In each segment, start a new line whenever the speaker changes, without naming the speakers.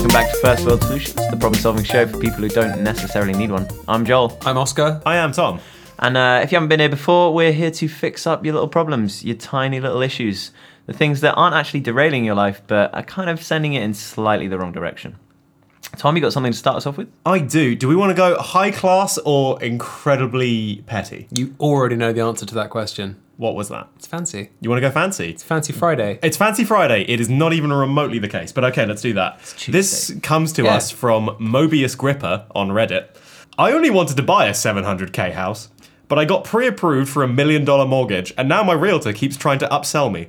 World Solutions, the problem solving show for people who don't necessarily need one. I'm Joel.
I'm Oscar.
I am Tom.
And uh, if you haven't been here before, we're here to fix up your little problems, your tiny little issues, the things that aren't actually derailing your life, but are kind of sending it in slightly the wrong direction. Tom, you got something to start us off with?
I do. Do we want to go high class or incredibly petty?
You already know the answer to that question.
What was that?
It's fancy.
You want to go fancy?
It's fancy Friday.
It's Fancy Friday. It is not even remotely the case, but okay, let's do that.
Tuesday.
This comes to
Yeah.
us from Mobius Gripper on Reddit. I only wanted to buy a 700k house, but I got pre approved for a million dollar mortgage, and now my realtor keeps trying to upsell me.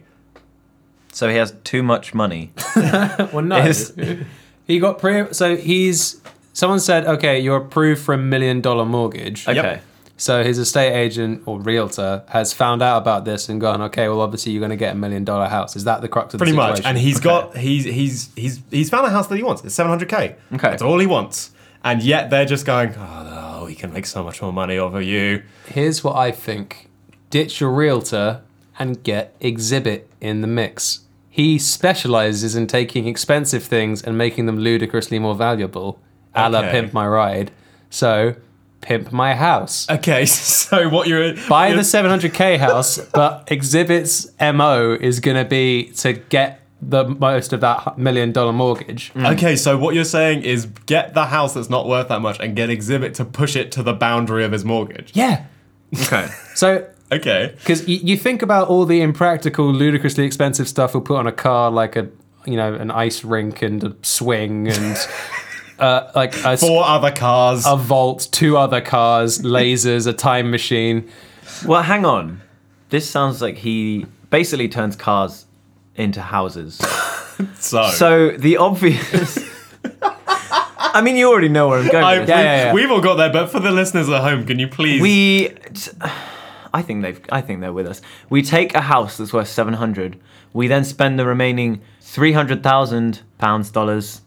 So he has too much money.
Well, no.
Yes.
he got pre. So he's. Someone said, okay, you're approved for a million dollar mortgage.
Okay.
So his estate agent or realtor has found out about this and gone, okay, well, obviously you're going to get a million dollar house. Is that the crux of
Pretty
the
much.
situation?
And
he's
he's got he's he's he's he's found a house that he wants. It's 700k. Okay. That's all he wants. And yet they're just going, "Oh, no, he can make so much more money over you."
Here's what I think ditch your realtor and get Exhibit in the mix. He specializes in taking expensive things and making them ludicrously more valuable, a la
Okay.
Pimp My Ride. So, Pimp My House.
Okay, so what you're
Buy
you're-
the 700k house, but Exhibit's MO is going to be to get the most of that million dollar mortgage.
Okay, so what you're saying is get the house that's not worth that much and get Exhibit to push it to the boundary of his mortgage.
Yeah.
Okay.
So
Okay.
Because y- you think about all the impractical, ludicrously expensive stuff we'll put on a car, like a you know an ice rink and a swing and uh, like a, s-
Four other cars.
a vault, two other cars, lasers, a time machine.
Well, hang on. This sounds like he basically turns cars into houses.
so,
So the obvious. I mean, you already know where I'm going.
I-
with
we,
this.
yeah, yeah.
have all got there, but for the listeners at home, can you please?
We, I think they've. I think they're with us. We take a house that's worth seven hundred. We then spend the remaining three hundred thousand pounds, dollars,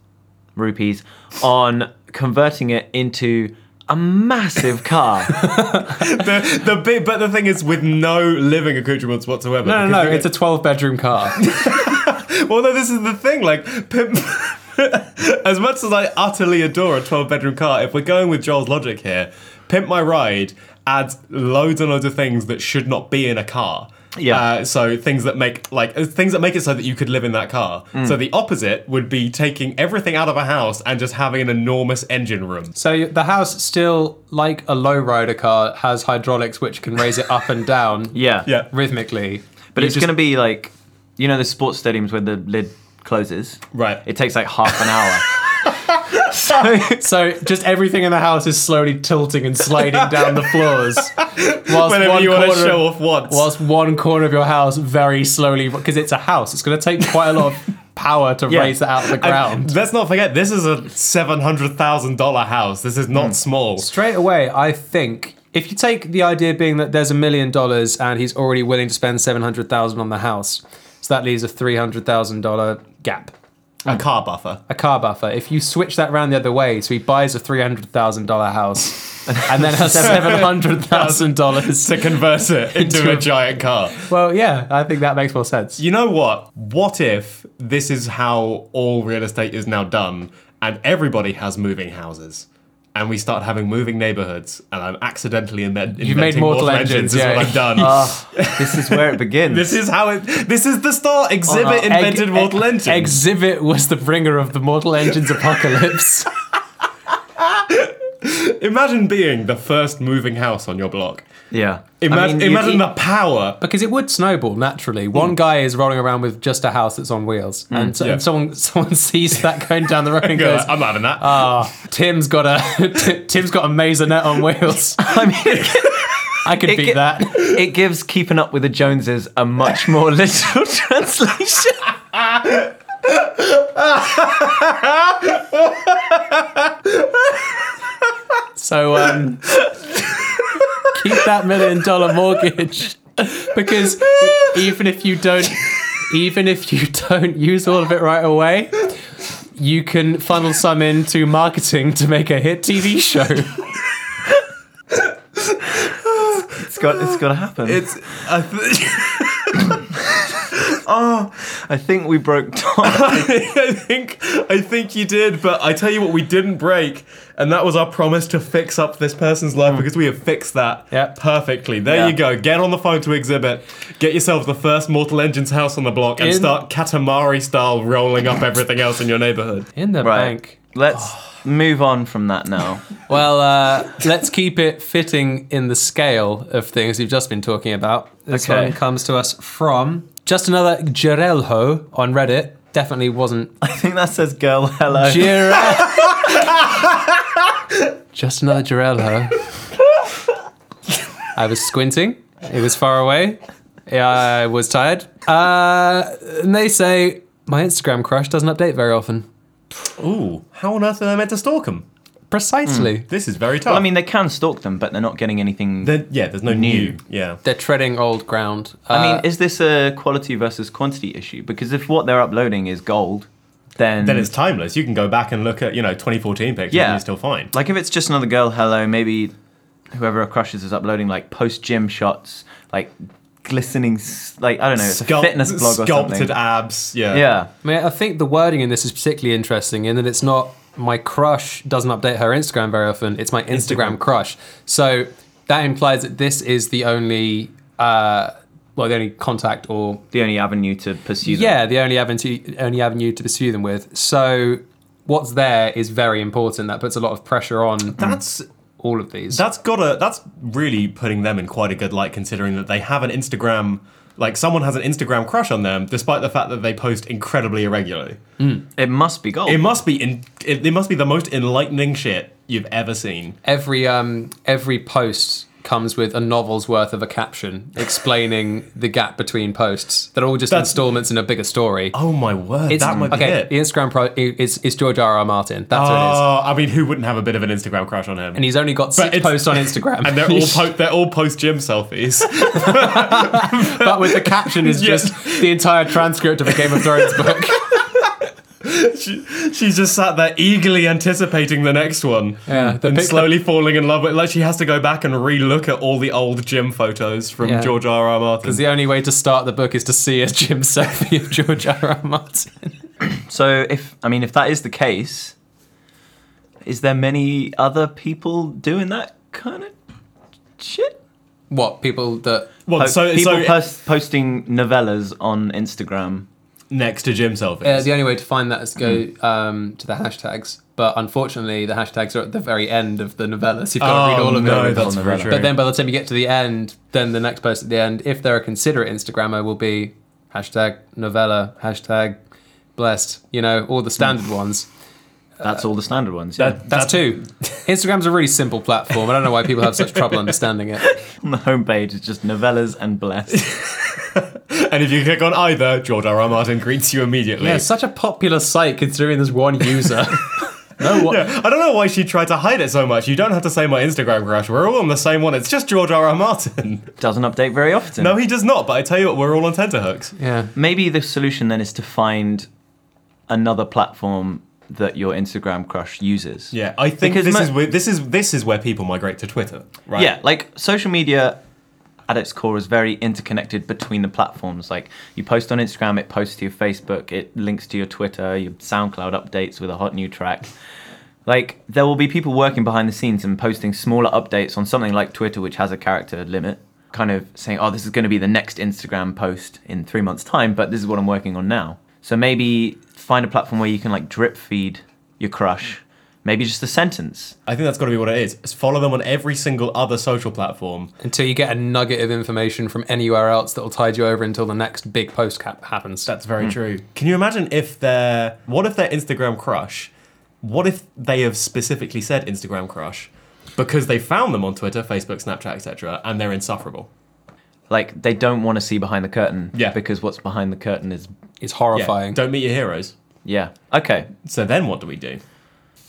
rupees, on converting it into a massive car.
the, the big, but the thing is, with no living accoutrements whatsoever.
No, no, no! It's a twelve-bedroom car.
a. Well, no, this is the thing. Like, Pimp. as much as I utterly adore a 12 bedroom car, if we're going with Joel's logic here, Pimp My Ride adds loads and loads of things that should not be in a car.
Yeah.
Uh, so things that make like uh, things that make it so that you could live in that car. So the opposite would be taking everything out of a house and just having an enormous engine room.
so you- the house still, like a lowrider car, has hydraulics which can raise it up and down
yeah.
Yeah.
rhythmically.
But
You
it's
just-
going to be like, you know, the sports stadiums where the lid closes.
Right.
It takes like half an hour.
So just everything in the house is slowly tilting and sliding down the floors. Whilst
Whenever
one
you want to
corner-
show off once.
Whilst one corner of your house very slowly, because it's a house, it's going to take quite a lot of power to
Yeah.
raise it out of the
And
ground.
let's not forget, this is a seven hundred thousand dollar house. This is not small.
Straight away, I think if you take the idea being that there's a million dollars and he's already willing to spend seven hundred thousand on the house, so that leaves a three hundred thousand dollar gap.
A car buffer.
a car buffer. If you switch that round the other way, so he buys a three hundred thousand dollar house, and then has seven hundred thousand dollars.
To convert it into
Into
a
a-
giant car.
Well, yeah, I think that makes more sense.
You know what? What if this is how all real estate is now done and everybody has moving houses? And we start having moving neighborhoods, and I'm accidentally invent- inventing
You've made mortal, engines.
is
yeah.
what I've done.
Ah, this is where it begins.
this is how it. This is the start. Exhibit
Uh,
invented
Eg-
mortal
Eg-
engines.
Exhibit was the bringer of the mortal engines apocalypse.
imagine being the first moving house on your block.
yeah. I
Imagine,
mean, you-
imagine the power.
Because it would snowball naturally. One guy is rolling around with just a house that's on wheels, and, so,
Hmm. yeah.
and someone someone sees that going down the road and
Go,
goes,
I'm having that.
"Ah, Tim's got a Tim's got a maisonette on wheels.
I mean,
I could
It
beat
ge-
that."
it gives keeping up with the Joneses a much more literal translation.
So um, keep that million dollar mortgage because even if you don't, even if you don't use all of it right away, you can funnel some into marketing to make a hit TV show.
It's got, it's got to happen.
It's. I th- oh,
I think we broke Tom.
I think I think you did, but I tell you what, we didn't break, and that was our promise to fix up this person's
Hmm.
life because we have fixed that
Yep.
perfectly. There
Yeah.
you go. Get on the phone to exhibit. Get yourself the first Mortal Engines house on the block and
In-
start Katamari style rolling up everything else in your neighborhood.
In the
Right. Oh.
bank.
Let's move on from that now.
Well, uh, let's keep it fitting in the scale of things we've just been talking about. This
Okay.
one comes to us from just another Gerelho on Reddit. Definitely wasn't
I think that says girl hello.
Gerel. just another Gerelho. I was squinting. It was far away. I was tired. Uh, and they say my Instagram crush doesn't update very often.
Ooh, how on earth are they meant to stalk him?
Precisely.
Hmm.
This is very tough.
Well, I mean, they can stalk them, but they're not getting anything.
Then- yeah, there's no
New.
new. Yeah.
They're treading old ground.
I
Uh,
mean, is this a quality versus quantity issue? Because if what they're uploading is gold, then
Then it's timeless. You can go back and look at, you know, 2014 pictures
Yeah.
and you're still fine.
like if it's just another girl hello, maybe whoever crushes is uploading like post gym shots, like glistening, s- like I don't know, it's a
Sculpt-
fitness blog or
sculpted
something.
abs. Yeah.
Yeah,
I mean, I think the wording in this is particularly interesting in that it's not my crush doesn't update her Instagram very often. It's my Instagram,
Instagram.
crush. So that implies that this is the only, uh, well, the only contact or
the only avenue to pursue. Them.
yeah, the only avenue, only avenue to pursue them with. So what's there is very important. That puts a lot of pressure on
That's
all of these.
That's gotta. That's really putting them in quite a good light, considering that they have an Instagram. Like someone has an Instagram crush on them, despite the fact that they post incredibly irregularly.
it must be gold.
It must be in. It, it must be the most enlightening shit you've ever seen.
every um every post comes with a novel's worth of a caption explaining the gap between posts. They're all just
That's-
installments in a bigger story.
Oh my word!
It's-
that might be
okay,
it.
The Instagram pro is is George R. R. Martin. That's
Oh,
who it is.
I mean, who wouldn't have a bit of an Instagram crush on him?
And he's only got six
it's-
posts on Instagram,
And they're all po- they're all post gym selfies.
but with the caption is
Yes.
just the entire transcript of a Game of Thrones book.
she, she's just sat there eagerly anticipating the next one.
Yeah, the
and
pic-
slowly falling in love with. Like she has to go back and re-look at all the old gym photos from
Yeah.
George R. R. Martin.
the only way to start the book is to see a Jim selfie of George R. R. Martin.
So if I mean if that is the case, is there many other people doing that kind of shit?
What people that?
Well,
Po-
Oh, so,
people
so
pos- posting novellas on Instagram.
next to gym
Uh,
selfies.
the only way to find that is to go um, to the hashtags, but unfortunately, the hashtags are at the very end of the novellas. You've got to read all of
Oh, no,
them.
that's
on the
very
radar.
true.
But then by the time you get to the end, then the next post at the end, if they're a considerate Instagrammer, will be hashtag novella, hashtag blessed, you know, all the standard ones.
That's all the standard ones. Yeah.
That-
That's two. Instagram's a really simple platform. I don't know why people have such trouble understanding it.
on the homepage is just novellas and blessed.
and if you click on either, George R. R. Martin greets you immediately.
Yeah, it's such a popular site considering there's one user. no one.
I don't know why she tried to hide it so much. You don't have to say my Instagram crush. We're all on the same one. It's just George R. R. Martin.
Doesn't update very often.
No, he does not. But I tell you what, we're all on tenterhooks.
Yeah.
Maybe the solution then is to find another platform that your Instagram crush uses.
Yeah, I think
Because
this
mo-
is where, this is this is where people migrate to Twitter. Right?
Yeah, like social media at its core is very interconnected between the platforms. Like you post on Instagram, it posts to your Facebook, it links to your Twitter, your SoundCloud updates with a hot new track. Like there will be people working behind the scenes and posting smaller updates on something like Twitter, which has a character limit, kind of saying, "Oh, this is going to be the next Instagram post in three months' time, but this is what I'm working on now." So maybe find a platform where you can like drip feed your crush, maybe just a sentence.
I think that's got to be what it is. It's follow them on every single other social platform.
Until you get a nugget of information from anywhere else that'll tide you over until the next big post cap happens.
That's very true. Can you imagine if their what if their Instagram crush? What if they have specifically said Instagram crush because they found them on Twitter, Facebook, Snapchat, etc., and they're insufferable?
like they don't want to see behind the curtain
Yeah.
because what's behind the curtain is
It's
Yeah,
horrifying.
don't meet your heroes.
yeah okay
So then, what do we do?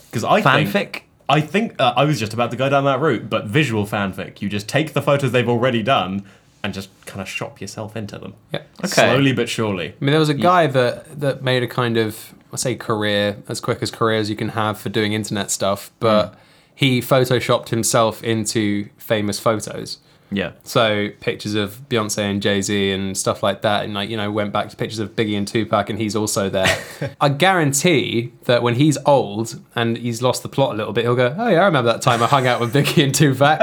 Because I think
fanfic
I think uh, I was just about to go down that route, but visual fanfic. You just take the photos they've already done and just kind of shop yourself into them.
yeah.
Okay.
Slowly but surely.
I mean, there was a guy that that made a kind of I say career as quick as career as you can have for doing internet stuff, but he photoshopped himself into famous photos.
Yeah.
So pictures of Beyonce and Jay Z and stuff like that, and like you know, went back to pictures of Biggie and Tupac, and he's also there. I guarantee that when he's old and he's lost the plot a little bit, he'll go, "Oh yeah, I remember that time I hung out with Biggie and Tupac.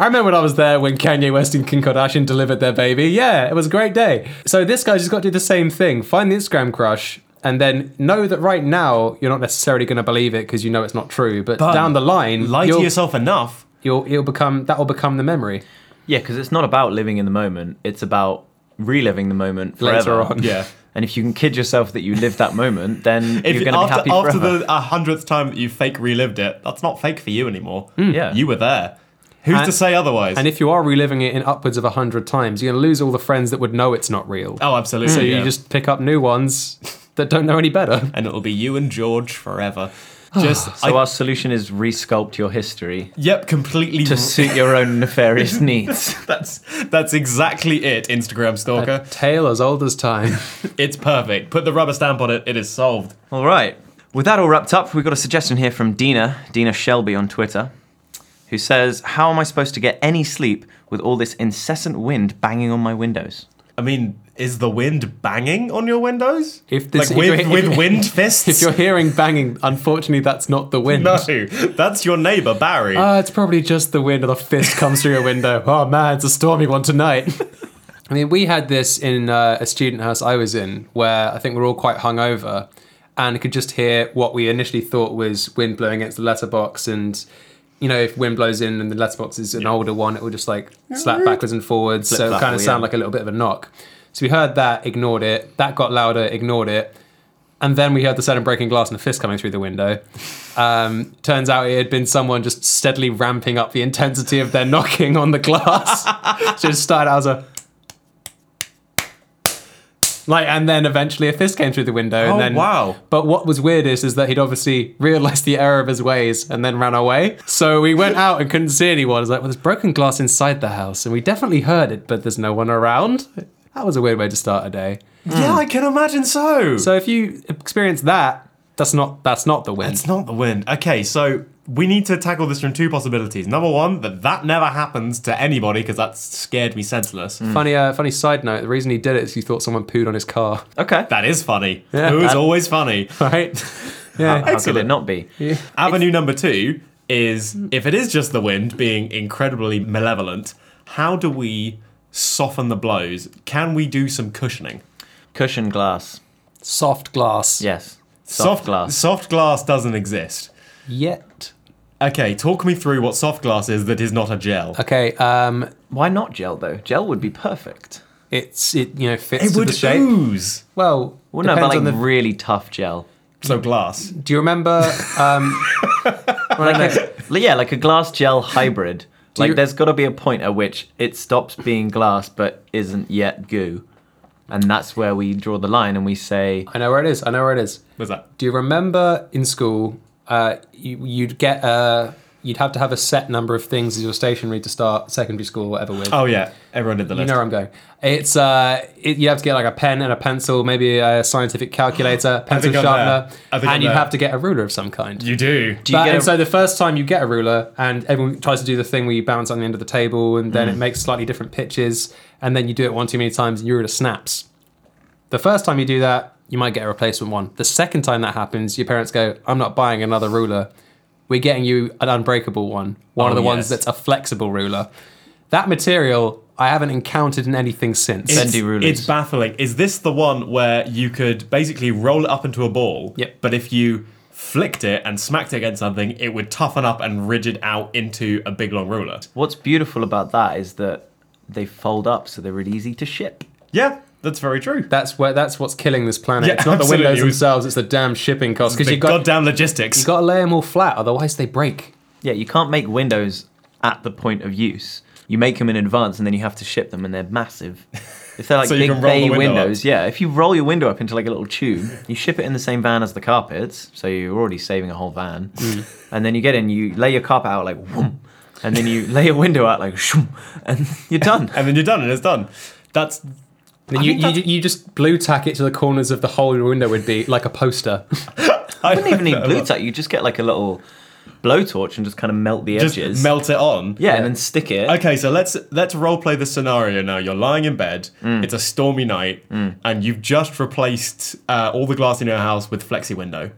I remember when I was there when Kanye West and Kim Kardashian delivered their baby. Yeah, it was a great day." So this guy's just got to do the same thing: find the Instagram crush. And then know that right now you're not necessarily going to believe it because you know it's not true. But,
But
down the line,
Lie
you'll-
to yourself enough.
you'll it'll become that will become the memory
Yeah, because it's not about living in the moment. It's about reliving the moment
Later
forever.
on.
Yeah.
And if you can kid yourself that you lived that moment, then
If
you're going to be
after,
happy
after
forever.
the uh, hundredth time that you fake relived it, that's not fake for you anymore.
Yeah.
You were there. Who's
Hmm. And-
to say otherwise?
and if you are reliving it in upwards of 100 times you're going to lose all the friends that would know it's not real
oh, absolutely.
so you
yeah.
just pick up new ones that don't know any better
and it'll be you and George forever. Just
so
I,
our solution is resculpt your history
yep, completely.
to suit your own nefarious needs.
that's that's exactly it, Instagram stalker.
tale as old as time
It's perfect. Put the rubber stamp on it. It is solved.
All right. With that all wrapped up, we've got a suggestion here from Dina, Dina Shelby on Twitter, who says, How am I supposed to get any sleep with all this incessant wind banging on my windows?
I mean, is the wind banging on your windows?
If this-
like
if
with,
you're-
with
if-
wind fists?
if you're hearing banging unfortunately that's not the wind
no, that's your neighbour Barry.
Ah, it's probably just the wind or the fist comes through your window. Oh man, it's a stormy one tonight. I mean, we had this in uh, a student house I was in where I think we are all quite hungover and could just hear what we initially thought was wind blowing against the letterbox. And, you know, if wind blows in and the letterbox is an older one, it would just like slap backwards and forwards. so it
Flip-flap,
kind of
yeah.
sound like a little bit of a knock. So we heard that, ignored it. That got louder, ignored it. And then we heard the sound of breaking glass and a fist coming through the window. Um, turns out it had been someone just steadily ramping up the intensity of their knocking on the glass. so it started out as a like, and then eventually a fist came through the window.
Oh,
and then,
wow.
But what was weirdest is that he'd obviously realised the error of his ways and then ran away. So we went out and couldn't see anyone. It's like, well, there's broken glass inside the house, and we definitely heard it, but there's no one around. That was a weird way to start a day.
yeah, I can imagine so.
So if you experience that, that's not that's not the wind.
It's not the wind. Okay, so we need to tackle this from two possibilities. Number one, that that never happens to anybody because that scared me senseless.
Funny, uh, funny side note. The reason he did it is he thought someone pooed on his car.
Okay.
That is funny.
Yeah.
it was
That-
always funny.
Right? Yeah.
How could it
Excellent.
not be?
Avenue number two is if it is just the wind being incredibly malevolent, how do we soften the blows? Can we do some cushioning?
Cushion glass.
Soft glass.
Yes. Soft, glass.
Soft glass doesn't exist.
Yet.
Okay, talk me through what soft glass is that is not a gel.
Okay. Um.
Why not gel though? Gel would be perfect.
It's it. You know, fits
It
to
would
the shape.
ooze.
Well,
Well, no,
depends
but like
on the.
really tough gel.
So glass.
Do you remember? Um. well, no, no.
Li- yeah, like a glass gel hybrid. like
you-
there's got to be a point at which it stops being glass but isn't yet goo. And that's where we draw the line and we say,
I know where it is. I know where it is.
What's that?
Do you remember in school? Uh, you, you'd get uh, you'd have to have a set number of things as your stationery to start secondary school or whatever with.
Oh yeah, everyone did the
You
list.
know where I'm going. It's uh, it, you have to get like a pen and a pencil, maybe a scientific calculator, pencil
think I'm
sharpener,
there. I think I'm
and you
there.
have to get a ruler of some kind.
you do.
you
But-
get
and
a-
so the first time you get a ruler, and everyone tries to do the thing where you bounce on the end of the table, and then it makes slightly different pitches, and then you do it one too many times, and your ruler snaps. The first time you do that, you might get a replacement one. The second time that happens, your parents go, "I'm not buying another ruler. We're getting you an unbreakable one, one
Oh,
of the
yes.
ones that's a flexible ruler." That material I haven't encountered in anything since.
It's- Bendy rulers.
It's baffling. Is this the one where you could basically roll it up into a ball?
Yep.
But if you flicked it and smacked it against something, it would toughen up and rigid out into a big long ruler.
what's beautiful about that is that they fold up so they're really easy to ship.
Yeah, that's very true.
that's where that's what's killing this planet.
Yeah,
it's not
absolutely.
the windows
It was-
themselves; it's the damn shipping costs. Because
The
you got
goddamn logistics.
you got to lay them all flat, otherwise they break.
Yeah, you can't make windows at the point of use. You make them in advance and then you have to ship them and they're massive. If they're like
So you
big
can roll the
bay
window up.
windows, yeah, if you roll your window up into like a little tube, you ship it in the same van as the carpets, so you're already saving a whole van.
Mm.
And then you get in, you lay your carpet out like whoom, and then you lay your window out like shoom, and you're done.
and then you're done, and it's done. That's
Then you,
think
you, you just blue tack it to the corners of the whole window would be like a poster.
I
You don't even need blue tack, you just get like a little blowtorch and just kind of melt the
Just
edges.
melt it on.
yeah, and then stick it.
Okay, so let's let's role play the scenario now. You're lying in bed. It's a stormy night, and you've just replaced uh, all the glass in your house with flexi window.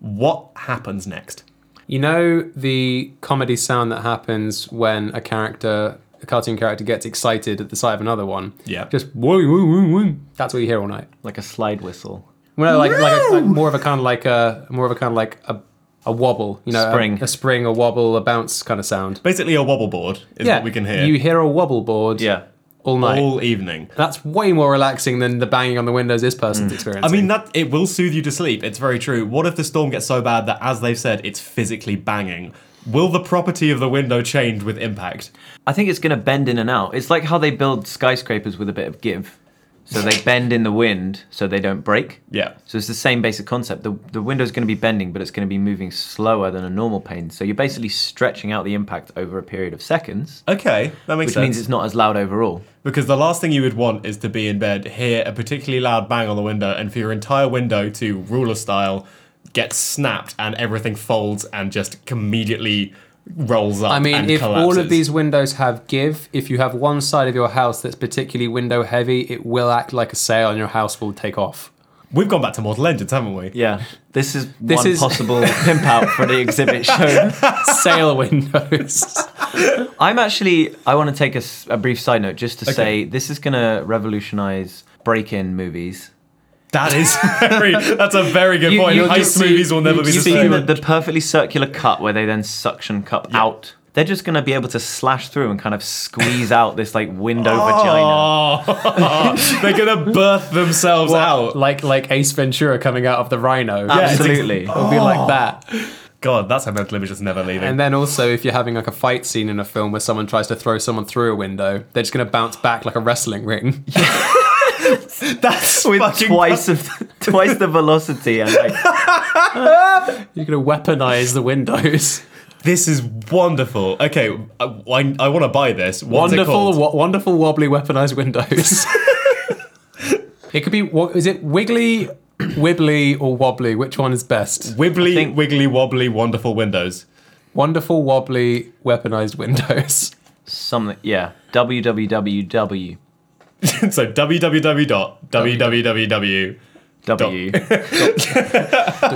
What happens next?
You know the comedy sound that happens when a character, a cartoon character, gets excited at the sight of another one.
Yeah.
Just woo woo woo woo. That's what you hear all night.
Like a slide whistle.
Well, like like, a, like more of a kind of like a more of a kind of like a a wobble. You know, a-
Spring.
a, spring, a wobble, a bounce kind of sound.
Basically, a wobble board is what we can hear
You hear a wobble board.
Yeah.
All night.
all evening.
That's way more relaxing than the banging on the windows this person's
Mm. I
experiencing.
mean, that it will soothe you to sleep. It's very true. What if the storm gets so bad that, as they've said, it's physically banging? Will the property of the window change with impact?
I think it's going to bend in and out. It's like how they build skyscrapers with a bit of give. So they bend in the wind so they don't break.
Yeah.
So it's the same basic concept. The, the window's going to be bending, but it's going to be moving slower than a normal pane. So you're basically stretching out the impact over a period of seconds,
Okay, that makes
which
sense.
means it's not as loud overall.
because the last thing you would want is to be in bed, hear a particularly loud bang on the window, and for your entire window to ruler style get snapped and everything folds and just immediately rolls up.
I mean,
and
if all
collapses.
of these windows have give, if you have one side of your house that's particularly window heavy, it will act like a sail and your house will take off.
we've gone back to Mortal Engines, haven't we?
Yeah. This is
This
one
is-
possible pimp out for the exhibit show.
sail windows.
I'm actually. I want to take a, s- a brief side note just to
Okay.
say this is going to revolutionize break-in movies.
That is very. that's a very good
You-
point.
you'll
Heist
just see-
movies will never be the
You've seen
same.
the, the perfectly circular cut where they then suction cup out. They're just going to be able to slash through and kind of squeeze out this like window vagina.
Oh, they're gonna birth themselves out.
like like Ace Ventura coming out of the rhino.
Yeah, it's ex- Oh.
Absolutely.
It'll be like that.
God, that's a mental image that's never leaving.
And then also, if you're having like a fight scene in a film where someone tries to throw someone through a window, they're just going to bounce back like a wrestling ring.
that's
With
fucking
twice of twice the velocity and like
You're going to weaponize the windows.
This is wonderful. Okay, I, I, want to buy this. What's it
wonderful,
called?
wo- wonderful wobbly weaponized windows. it could be what is it wiggly, wibbly, or wobbly? Which one is best?
Wibbly,
think-
wiggly, wobbly, wonderful windows.
Wonderful wobbly weaponized windows.
something. Yeah. www.
so www dot www
W.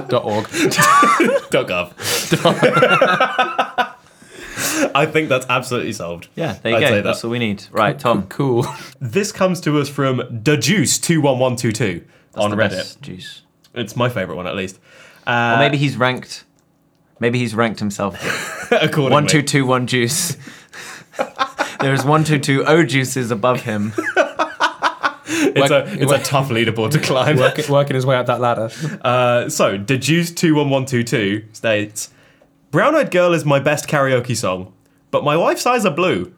dot org.
dot gov. I think that's absolutely solved.
Yeah, there you
I'd say
go.
that.
That's all we need. Right, Tom.
Cool.
This comes to us from dejuice21122 on
The
Reddit.
best Juice.
It's my favorite one, at least.
Or
Uh,
maybe he's ranked. Maybe he's ranked himself.
accordingly.
One two two one juice. there is one two two O juices above him.
It's,
Work-
a, it's a tough leaderboard to climb.
Work- working his way up that ladder.
Uh, so, dejuice21122 states Brown Eyed Girl is my best karaoke song, but my wife's eyes are blue.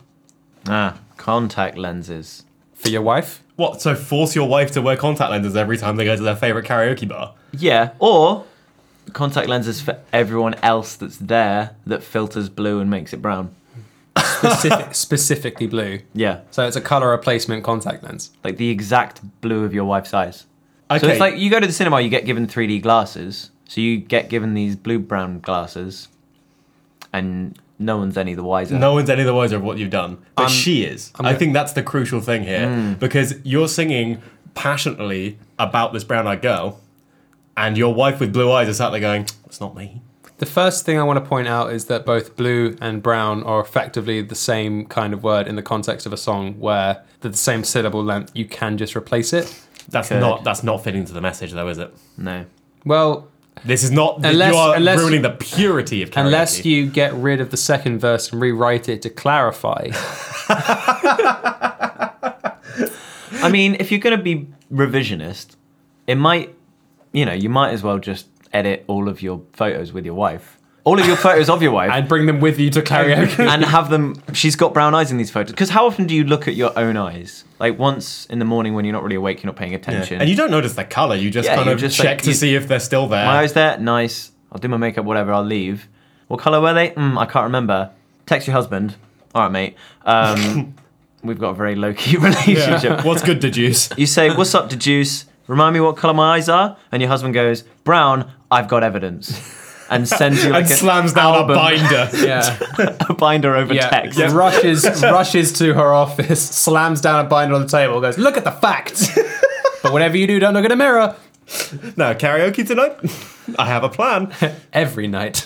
Ah, contact lenses.
For your wife?
What? So, force your wife to wear contact lenses every time they go to their favorite karaoke bar?
Yeah, or contact lenses for everyone else that's there that filters blue and makes it brown.
Specific, specifically blue.
Yeah,
So it's a color replacement contact lens.
like the exact blue of your wife's eyes.
Okay.
So it's like you go to the cinema, you get given 3D glasses. So you get given these blue brown glasses, and no one's any the wiser.
no one's any the wiser of what you've done, but she is. i
gonna- Hmm.
think that's the crucial thing here because you're singing passionately about this brown eyed girl, and your wife with blue eyes is sat there going, It's not me.
The first thing I want to point out is that both blue and brown are effectively the same kind of word in the context of a song where they're the same syllable length, you can just replace it.
That's
Good.
not that's not fitting to the message though, is it?
no.
Well,
This is not
Unless-
you are
unless-
ruining the purity of karaoke.
unless you get rid of the second verse and rewrite it to clarify.
I mean, if you're going to be revisionist, it might, you know, you might as well just edit all of your photos with your wife, all of your photos of your wife,
and bring them with you to karaoke.
and have them. She's got brown eyes in these photos. Because how often do you look at your own eyes? Like once in the morning when you're not really awake, you're not paying
Yeah.
attention.
And you don't notice the colour, you just
Yeah,
kind
you
of
just,
check
like,
to
you-
see if they're still there.
my eyes there, nice. I'll do my makeup, whatever. I'll leave. What color were they? Mm, I can't remember. Text your husband. All right, mate. Um, we've got a very low key relationship.
Yeah. What's good to juice?
You say, "What's up, Deduce? Remind me what color my eyes are." And your husband goes, "Brown. I've got evidence." and sends you like
and slams down
album.
a binder.
Yeah.
a binder over text.
Yeah. Rushes rushes to her office, slams down a binder on the table, goes, "Look at the facts." but whenever you do, don't look in a mirror.
no, karaoke tonight? I have a plan.
Every night.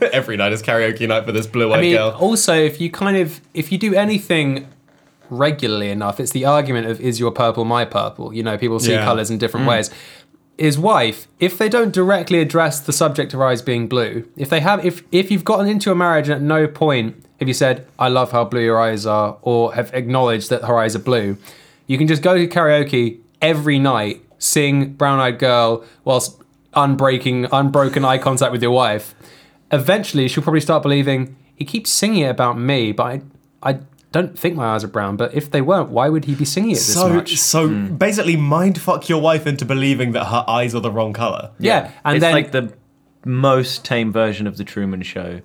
Every night is karaoke night for this blue-eyed
I mean,
girl.
also if you kind of if you do anything regularly enough, it's the argument of is your purple my purple. You know, people see
Yeah.
colors in different ways. His wife, if they don't directly address the subject of her eyes being blue, if they have, if if you've gotten into a marriage and at no point have you said I love how blue your eyes are, or have acknowledged that her eyes are blue, you can just go to karaoke every night, sing Brown Eyed Girl whilst unbreaking unbroken eye contact with your wife. Eventually, she'll probably start believing he keeps singing it about me, but I, I don't think my eyes are brown. But if they weren't, why would he be singing it this
So,
much?
so
Hmm.
basically, mind fuck your wife into believing that her eyes are the wrong color.
Yeah, and
it's
then
like the most tame version of the Truman Show.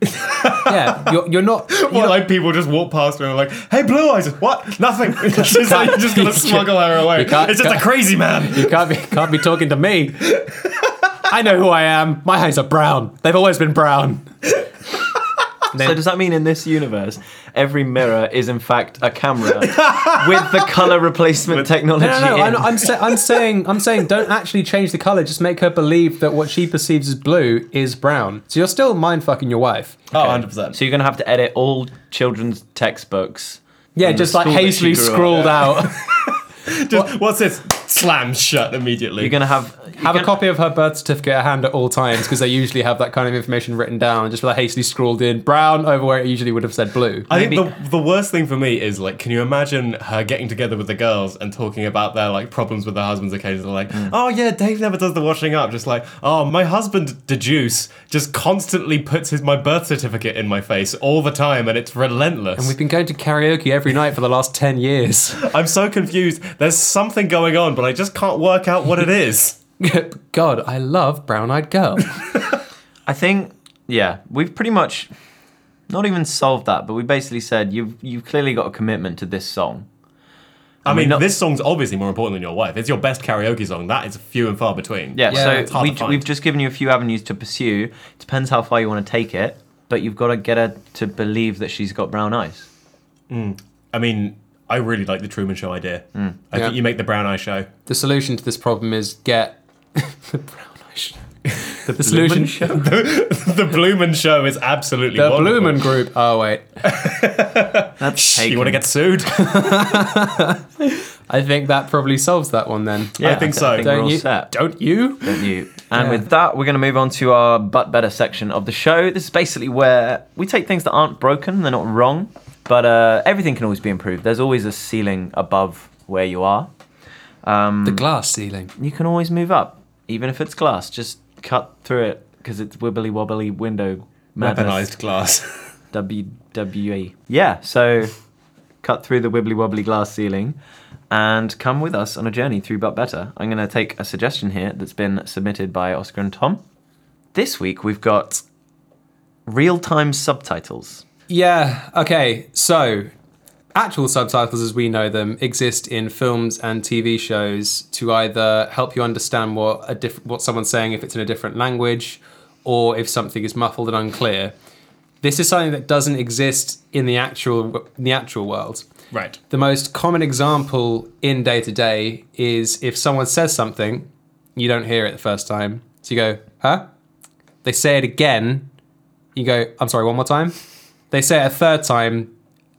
yeah, you're, you're not. you're
Well,
not-
like people just walk past her and are like, "Hey, blue eyes, what? Nothing." She's like, "You're just gonna smuggle her away."
You can't-
It's just a crazy man.
You can't be, can't be talking to me. I know who I am. My eyes are brown. They've always been brown.
so does that mean in this universe, every mirror is in fact a camera with the color replacement technology?
No, no, no.
in?
I'm, I'm, sa- I'm saying, I'm saying, don't actually change the color. Just make her believe that what she perceives as blue is brown. So you're still mind fucking your wife.
Oh, 100 percent.
So you're gonna have to edit all children's textbooks.
Yeah,
And
just
the
like
school that she
hastily
grew up,
scrawled out.
What's this? Slam shut immediately.
You're gonna have
have a copy of her birth certificate at hand at all times because they usually have that kind of information written down. Just like hastily scrawled in brown over where it usually would have said blue.
I think
Maybe-
the, the worst thing for me is like, can you imagine her getting together with the girls and talking about their like problems with their husbands occasionally? Like,
Mm.
oh yeah, Dave never does the washing up. Just like, oh, my husband deduce just constantly puts his my birth certificate in my face all the time, and it's relentless.
We've been going to karaoke every night for the last ten years.
I'm so confused. There's something going on, but I just can't work out what it is.
God, I love brown eyed girl.
I think yeah, we've pretty much not even solved that, but we basically said you've you've clearly got a commitment to this song.
I mean,
not-
this song's obviously more important than your wife. It's your best karaoke song. That is few and far between.
Yeah,
Yeah, it's
so
hard
we,
to find.
we've just given you a few avenues to pursue. Depends how far you want to take it, but you've got to get her to believe that she's got brown eyes.
I mean, I really like the Truman Show idea. I
Hmm.
Yeah.
think you make the brown eye show.
the solution to this problem is get the brown eye show. The, solution
the Bloomin' Show is absolutely
the
wonderful.
Bloomin Group. Oh wait,
That's taken.
You want to get sued?
I think that probably solves that one then.
Yeah,
I think so.
we're
Don't
all
you?
set. Hmm.
Don't you?
don't you? And with that, we're going to move on to our but better section of the show. This is basically where we take things that aren't broken, they're not wrong, but uh, everything can always be improved. There's always a ceiling above where you are.
The glass ceiling.
You can always move up, even if it's glass. Just cut through it because it's wibbly wobbly window madness.
Weaponized glass.
WWE. Yeah, so cut through the wibbly wobbly glass ceiling and come with us on a journey through But Better. I'm going to take a suggestion here that's been submitted by Oscar and Tom. This week we've got real time subtitles.
Yeah, okay. So, actual subtitles as we know them exist in films and TV shows to either help you understand what a diff- what someone's saying if it's in a different language or if something is muffled and unclear. This is something that doesn't exist in the actual in the actual world.
right.
The most common example in day to day is if someone says something, you don't hear it the first time. So you go, huh? They say it again. You go, I'm sorry, one more time. They say it a third time,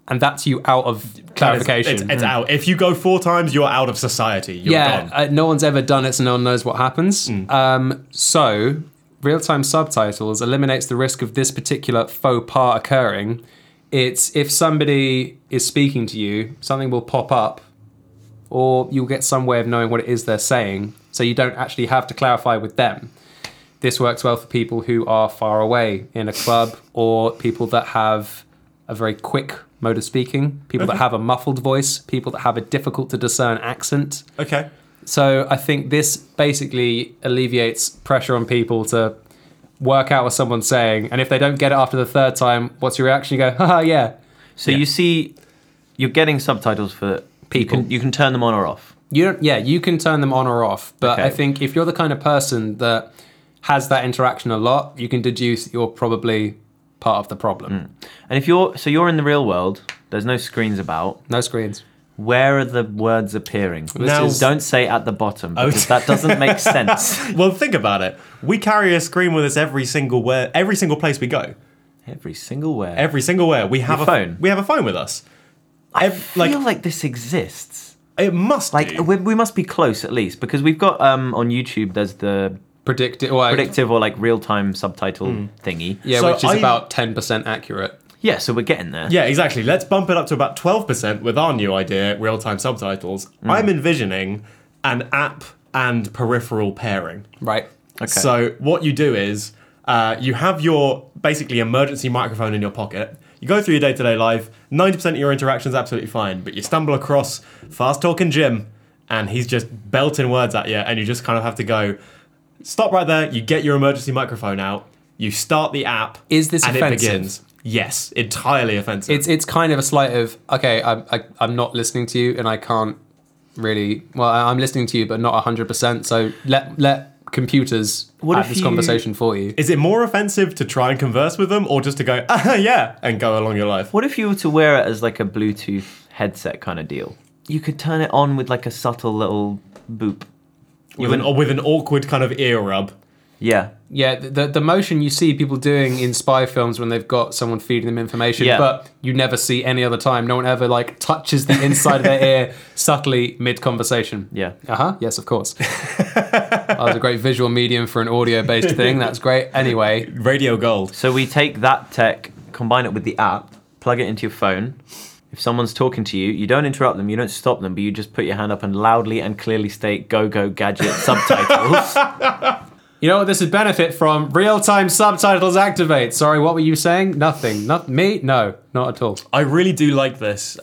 and that's you out of clarification.
It's,
Hmm.
it's out. If you go four times, you're out of society. You're
yeah,
gone. Mm.
uh, no one's ever done it, so no one knows what happens. Um, so, real time subtitles eliminates the risk of this particular faux pas occurring. It's if somebody is speaking to you, something will pop up, or you'll get some way of knowing what it is they're saying, so you don't actually have to clarify with them. This works well for people who are far away in a club or people that have a very quick mode of speaking, people that have a muffled voice, people that have a difficult to discern accent.
Okay.
So I think this basically alleviates pressure on people to work out what someone's saying, and if they don't get it after the third time, what's your reaction? You go, haha, yeah.
So you see, you're getting subtitles for people. You can, you can turn them on or off.
You don't, yeah, you can turn them on or off, but I
Okay.
think if you're the kind of person that has that interaction a lot, you can deduce you're probably part of the problem.
And if you're so you're in the real world, there's no screens about.
No screens.
Where are the words appearing?
Now-
Just don't say at the bottom because that doesn't make sense.
Well, think about it. We carry a screen with us every single where, every single place we go.
Every single word.
Every single where we have
Your
a
phone.
We have a phone with us.
I
ev-
feel
like-
like, this exists.
It must
Like
do.
we, we must be close at least because we've got um on YouTube. There's the
Predict it. Well,
predictive or like real time subtitle thingy.
yeah,
So
which is
I-
about 10% accurate.
Yeah, so we're getting there.
Yeah, exactly. Let's bump it up to about 12% with our new idea, real time subtitles.
Mm.
I'm envisioning an app and peripheral pairing.
Right.
Okay.
So, what you do is uh, you have your basically emergency microphone in your pocket. You go through your day to day life, 90% of your interaction's absolutely fine, but you stumble across fast talking Jim and he's just belting words at you, and you just kind of have to go stop right there. You get your emergency microphone out, you start the app.
Is this
and
offensive?
it begins. Yes, entirely offensive.
It's it's kind of a slight of okay, I'm I, I'm not listening to you, and I can't really. Well, I, I'm listening to you, but not hundred percent. So let let computers
What
have
if
this
you-
conversation for you.
Is it more offensive to try and converse with them or just to go, ah, yeah, and go along your life?
What if you were to wear it as like a Bluetooth headset kind of deal? You could turn it on with like a subtle little boop.
With an, or with an awkward kind of ear rub.
Yeah.
Yeah, the, the the motion you see people doing in spy films when they've got someone feeding them information,
Yeah.
but you never see any other time. No one ever like touches the inside of their ear subtly mid conversation.
Yeah.
Uh huh. Yes, of course. that was a great visual medium for an audio based thing. That's great. Anyway,
Radio gold.
So we take that tech, combine it with the app, plug it into your phone. If someone's talking to you, you don't interrupt them, you don't stop them, but you just put your hand up and loudly and clearly state "Go Go Gadget" subtitles.
You know what this would benefit from? Real time subtitles activate. Sorry, what were you saying? Nothing. Not me? No, not at all.
I really do like this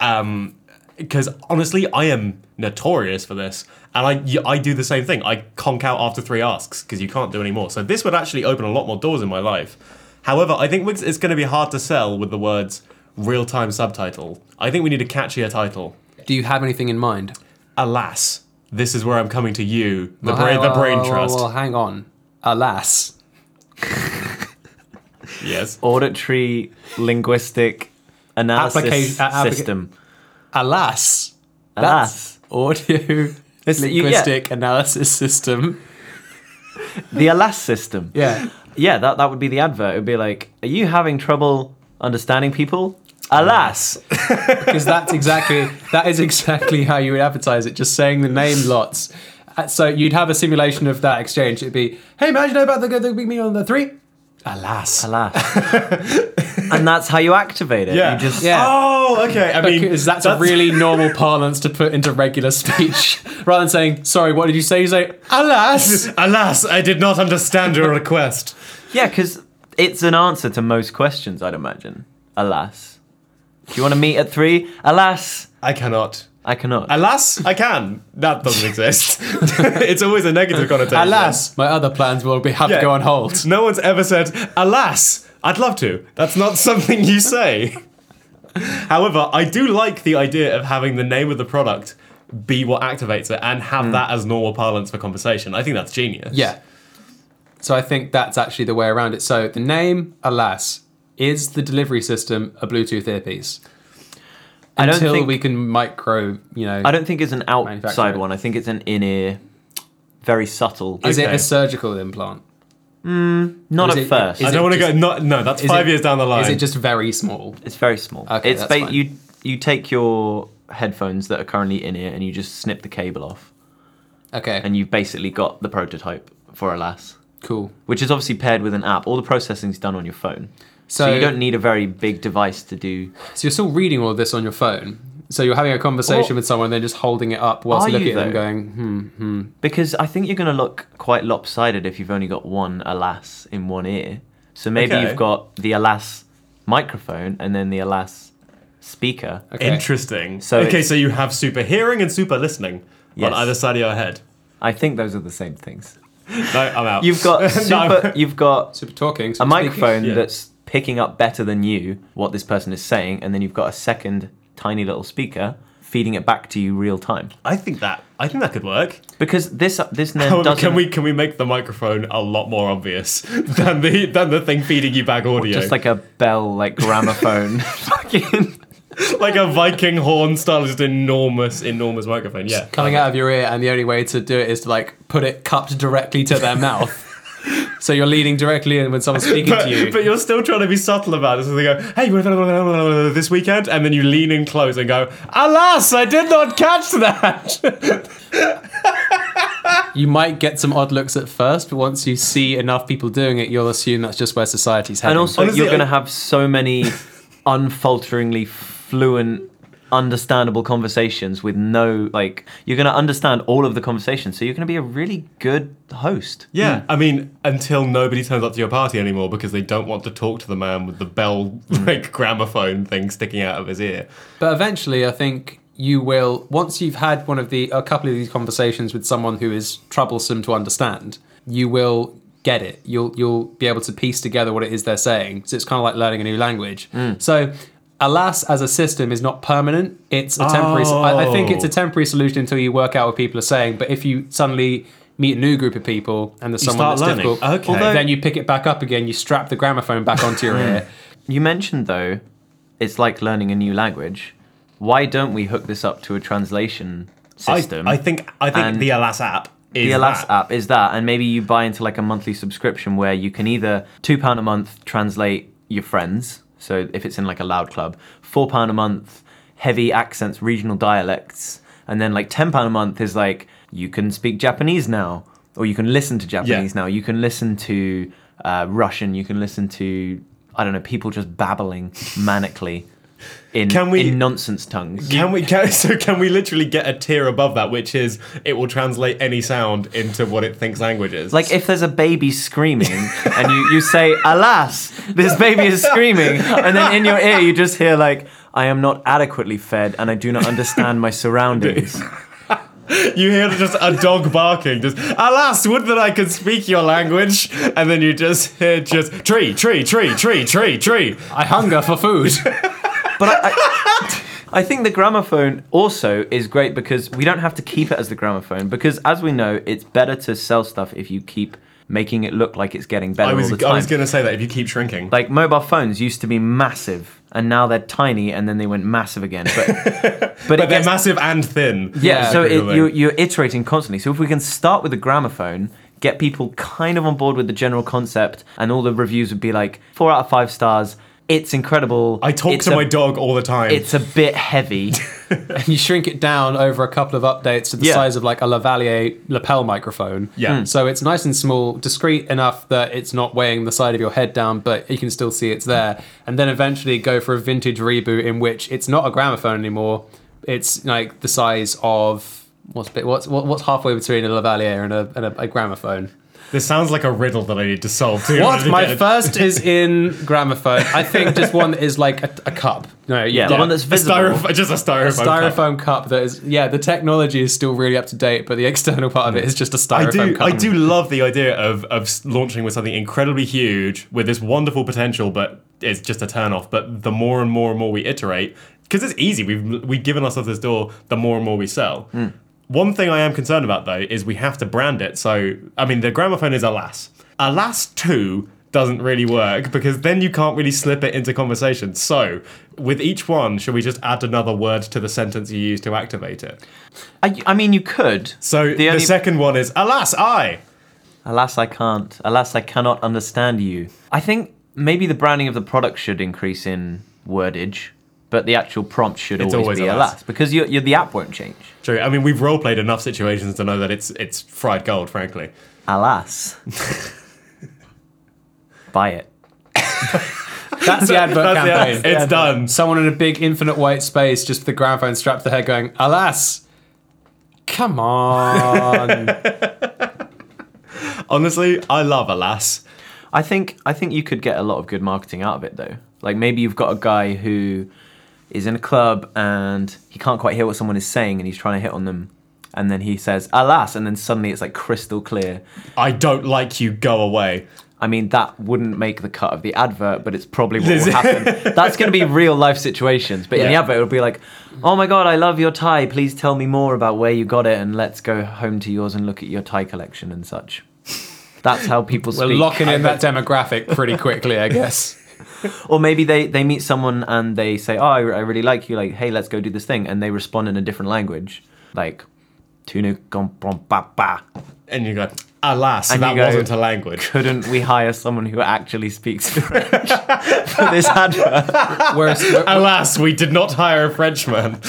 because honestly, I am notorious for this, and I y- I do the same thing. I conk out after three asks because you can't do any more. So this would actually open a lot more doors in my life. However, I think it's, it's going to be hard to sell with the words real time subtitle. I think we need a catchier title.
Do you have anything in mind?
Alas, this is where I'm coming to you, the,
Well,
bra-
hang-
the
well,
brain
well,
trust.
Well, hang on. Alas.
Yes.
Auditory linguistic analysis
Applica- a- applica-
system.
Alas.
Alas.
That's audio
you-
linguistic analysis system.
The Alas system.
Yeah.
Yeah, that, that would be the advert. It would be like, are you having trouble understanding people? Alas!
because that's exactly that is exactly how you would advertise it just saying the name lots Uh, so you'd have a simulation of that exchange it'd be hey man you know about the, the big meal on the three alas
Alas. and that's how you activate it.
Yeah.
You just
Yeah.
Oh, okay. I mean,
because that's, a really normal parlance to put into regular speech rather than saying sorry what did you say you say alas
Alas, I did not understand your request.
Yeah, because it's an answer to most questions, I'd imagine. Alas. Do you want to meet at three? Alas,
I cannot.
I cannot.
Alas, I can. That doesn't exist. it's always a negative connotation.
alas my other plans will be have
Yeah.
to go on hold
No one's ever said, alas, I'd love to. That's not something you say. However, I do like the idea of having the name of the product be what activates it and have that as normal parlance for conversation. I think that's genius.
Hmm. yeah so i think that's actually the way around it so the name alas is the delivery system a bluetooth earpiece
I don't
until
think
we can micro, you know.
I don't think it's an outside
Manufacturer.
one. I think it's an in-ear, very subtle.
is it
Okay.
a surgical implant?
Not
is
at
it-
first.
is
I
it
don't want to go.
just-
No, no that's
is
five
it-
years down the line.
Is it just very small?
It's very small.
Okay,
it's
that's fine.
you you take your headphones that are currently in ear and you just snip the cable off,
Okay,
and you've basically got the prototype for Alas,
cool.
which is obviously paired with an app. All the processing's done on your phone, so,
So-
you don't need a very big device to do.
So you're still reading all of this on your phone. So you're having a conversation
Or-
with someone, and they're just holding it up whilst
Are
looking
you,
at them,
though?
going, "Hmm."
Because I think you're going to look quite lopsided if you've only got one Alas in one ear. So maybe
Okay.
you've got the Alas microphone and then the Alas speaker.
Okay.
Interesting.
So
okay,
it's-
so you have super hearing and super listening
Yes.
on either side of your head.
I think those are the same things.
No, I'm out.
You've got
No.
super, you've got
Super talking.
a
super
microphone
Yeah.
that's picking up better than you what this person is saying, and then you've got a second tiny little speaker feeding it back to you real time.
I think that I think that could work.
Because this this then
However,
doesn't.
can we can we make the microphone a lot more obvious than the than the thing feeding you back audio?
Just like a bell, like gramophone. Fucking.
like a Viking horn style, just enormous, enormous microphone. Yeah.
coming out of your ear, and the only way to do it is to like put it cupped directly to their mouth. So you're leaning directly in when someone's speaking
But,
to you.
but you're still trying to be subtle about it. So they go, "Hey, you want to this weekend?" And then you lean in close and go, "Alas, I did not catch that."
you might get some odd looks at first, but once you see enough people doing it, you'll assume that's just where society's heading.
And also,
Honestly,
you're
I-
going to have so many unfalteringly fluent, understandable conversations with no, like, you're going to understand all of the conversations. So you're going to be a really good host.
Yeah, I mean, until nobody turns up to your party anymore because they don't want to talk to the man with the bell
Hmm.
like gramophone thing sticking out of his ear.
But eventually, I think you will once you've had one of the a couple of these conversations with someone who is troublesome to understand, you will get it. You'll you'll be able to piece together what it is they're saying. So it's kind of like learning a new language.
Mm.
So alas as a system is not permanent it's a temporary so- I, I think it's a
Oh.
temporary solution until you work out what people are saying but if you suddenly meet a new group of people and there's someone
start
that's
learning.
difficult
Okay. Hmm. Although-
then you pick it back up again you strap the gramophone back onto your ear
You mentioned, though, it's like learning a new language. Why don't we hook this up to a translation system?
I, I think I think
And
the Alas app is
the Alas
that.
app is that, and maybe you buy into like a monthly subscription where you can either two pound a month translate your friends. So if it's in like a loud club, four pound a month heavy accents, regional dialects, and then like ten pound a month is like you can speak Japanese now, or you can listen to Japanese now. You can listen to uh, Russian. You can listen to I don't know people just babbling manically in
Can we-
in nonsense tongues.
Can we can, so can we literally get a tier above that, which is it will translate any sound into what it thinks language is?
Like if there's a baby screaming and you, you say, Alas, this baby is screaming, and then in your ear you just hear like, I am not adequately fed and I do not understand my surroundings.
you hear just a dog barking, just alas, would that I could speak your language, and then you just hear just tree, tree, tree, tree, tree, tree.
i hunger for food
But I, I, I think the gramophone also is great because we don't have to keep it as the gramophone because as we know, it's better to sell stuff if you keep making it look like it's getting better
I was
all the time.
I was gonna say that if you keep shrinking.
like mobile phones used to be massive and now they're tiny and then they went massive again. But but, it
but they're
gets-
massive and thin.
Yeah,
Yeah.
so
Pretty
it,
good
you're,
thing.
you're iterating constantly. So if we can start with the gramophone, get people kind of on board with the general concept, and all the reviews would be like four out of five stars. It's incredible.
I talk
it's
to
a-
my dog all the time.
It's a bit heavy.
you shrink it down over a couple of updates to the
Yeah.
size of like a lavalier lapel microphone.
Yeah.
Hmm.
Mm.
So it's nice and small, discreet enough that it's not weighing the side of your head down, but you can still see it's there. And then eventually go for a vintage reboot in which it's not a gramophone anymore. It's like the size of what's bit, what's what- what's halfway between a lavalier and a, and a, a gramophone.
this sounds like a riddle that I need to solve. To
What?
get
My
it.
first is in gramophone. I think just one that is like a, a cup. No, you-
Yeah. The one that's
A
visible.
styrofoam- just a styrofoam. cup.
styrofoam cup that is yeah the technology is still really up to date but the external part of it is just a styrofoam
I do,
cup
I do love the idea of, of s- launching with something incredibly huge with this wonderful potential, but it's just a turn off. But the more and more and more we iterate, because it's easy, we've, we've given ourselves this door, the more and more we sell. One thing I am concerned about though is we have to brand it. So, I mean, the gramophone is Alas. Alas 2 doesn't really work because then you can't really slip it into conversation. So, with each one, should we just add another word to the sentence you use to activate it?
I, I mean, you could.
So, the,
only-
second one is Alas, I.
Alas, I can't. Alas, I cannot understand you. I think maybe the branding of the product should increase in wordage, but the actual prompt should
It's
always,
always
be
alas.
alas, because you you the app won't change.
True. I mean, we've role played enough situations to know that it's it's fried gold, frankly.
Alas. Buy it.
that's the advert
That's
campaign
the- it's done.
someone in a big infinite white space just with the gramophone strapped to their head going alas come on
Honestly, I love Alas.
I think I think you could get a lot of good marketing out of it though. Like maybe you've got a guy who is in a club and he can't quite hear what someone is saying and he's trying to hit on them and then he says alas and then suddenly it's like crystal clear.
I don't like you, go away.
I mean, that wouldn't make the cut of the advert, but it's probably what will happen. That's going to be real life situations. But in the
Yeah.
advert, it'll be like, oh my God, I love your tie. Please tell me more about where you got it and let's go home to yours and look at your tie collection and such. That's how people
We're
speak.
locking in that demographic pretty quickly, I guess.
or maybe they, they meet someone and they say, oh, I, I really like you. Like, hey, let's go do this thing. And they respond in a different language. Like, tu ne comprends pas pas.
And you go, alas,
And you
that
go-
wasn't a language.
Couldn't we hire someone who actually speaks French for this advert?
Whereas, where-
Alas, we did not hire a Frenchman.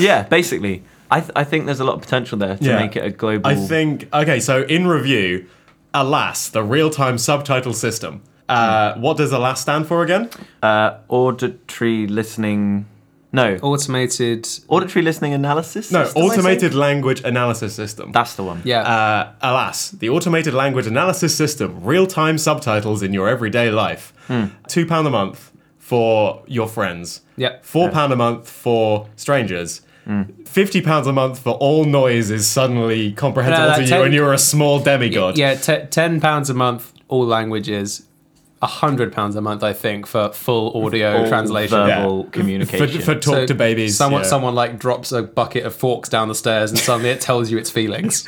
yeah, basically. I, th- I think there's a lot of potential there to
Yeah.
make it a global.
I think okay. So in review, alas, the real-time subtitle system. Uh, What does alas stand for again?
uh, auditory listening. No,
automated.
auditory listening analysis.
No,
system, I think?
automated language analysis system.
That's the one.
Yeah.
uh, alas, the automated language analysis system, real-time subtitles in your everyday life.
Hmm.
Two pound a month for your friends.
Yep.
Four pound a month for strangers.
Hmm.
Fifty pounds a month for all noise is suddenly comprehensible
No, that
to you,
ten-
and you're a small demigod.
Yeah, te- ten pounds a month, all languages. A hundred pounds a month, I think, for full audio
All
translation.
verbal
Yeah. for,
communication.
for talk
So
to babies.
Someone,
yeah.
someone like drops a bucket of forks down the stairs, and suddenly it tells you its feelings.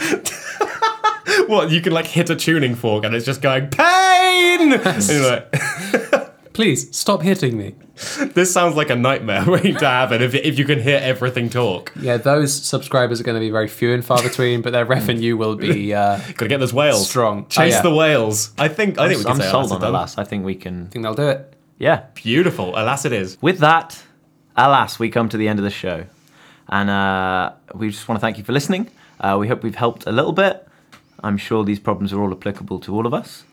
What you can like hit a tuning fork and it's just going pain. And you're like,
Please stop hitting me.
this sounds like a nightmare waiting to happen if, if you can hear everything talk.
Yeah, those subscribers are going to be very few and far between, but their revenue will be. Uh, I
Gotta get those whales
Strong.
Chase
Oh, yeah.
the whales. I think I think we can
I'm
say
sold
alas,
on
done.
alas. I think we can.
think they'll do it.
Yeah.
Beautiful, alas it is.
With that, alas, we come to the end of the show, and uh, we just want to thank you for listening. Uh, we hope we've helped a little bit. I'm sure these problems are all applicable to all of us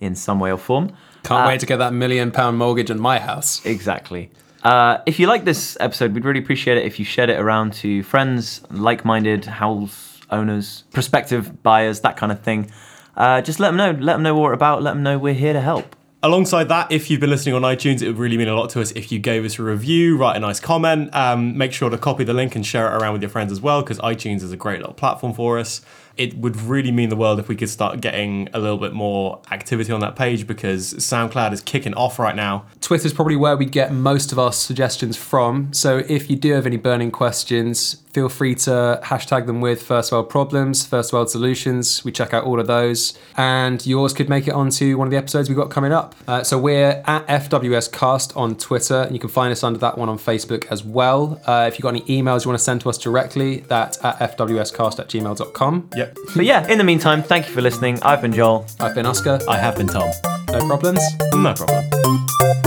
in some way or form.
Can't
Uh,
wait to get that million pound mortgage on my house.
Exactly. Uh, if you like this episode, we'd really appreciate it if you shared it around to friends, like minded house owners, prospective buyers, that kind of thing. Uh, just let them know. Let them know what we're about. Let them know we're here to help.
Alongside that, if you've been listening on iTunes, it would really mean a lot to us if you gave us a review, write a nice comment. Um, make sure to copy the link and share it around with your friends as well, because iTunes is a great little platform for us. It would really mean the world if we could start getting a little bit more activity on that page because SoundCloud is kicking off right now.
Twitter's probably where we get most of our suggestions from. So if you do have any burning questions, feel free to hashtag them with First World Problems, First World Solutions. We check out all of those. And yours could make it onto one of the episodes we've got coming up. Uh, so we're at FWS Cast on Twitter. And you can find us under that one on Facebook as well. Uh, if you've got any emails you want to send to us directly, that's at FWScast at gmail.com.
Yep.
But yeah, in the meantime, thank you for listening. I've been Joel.
I've been Oscar.
I have been Tom.
No problems.
No problem.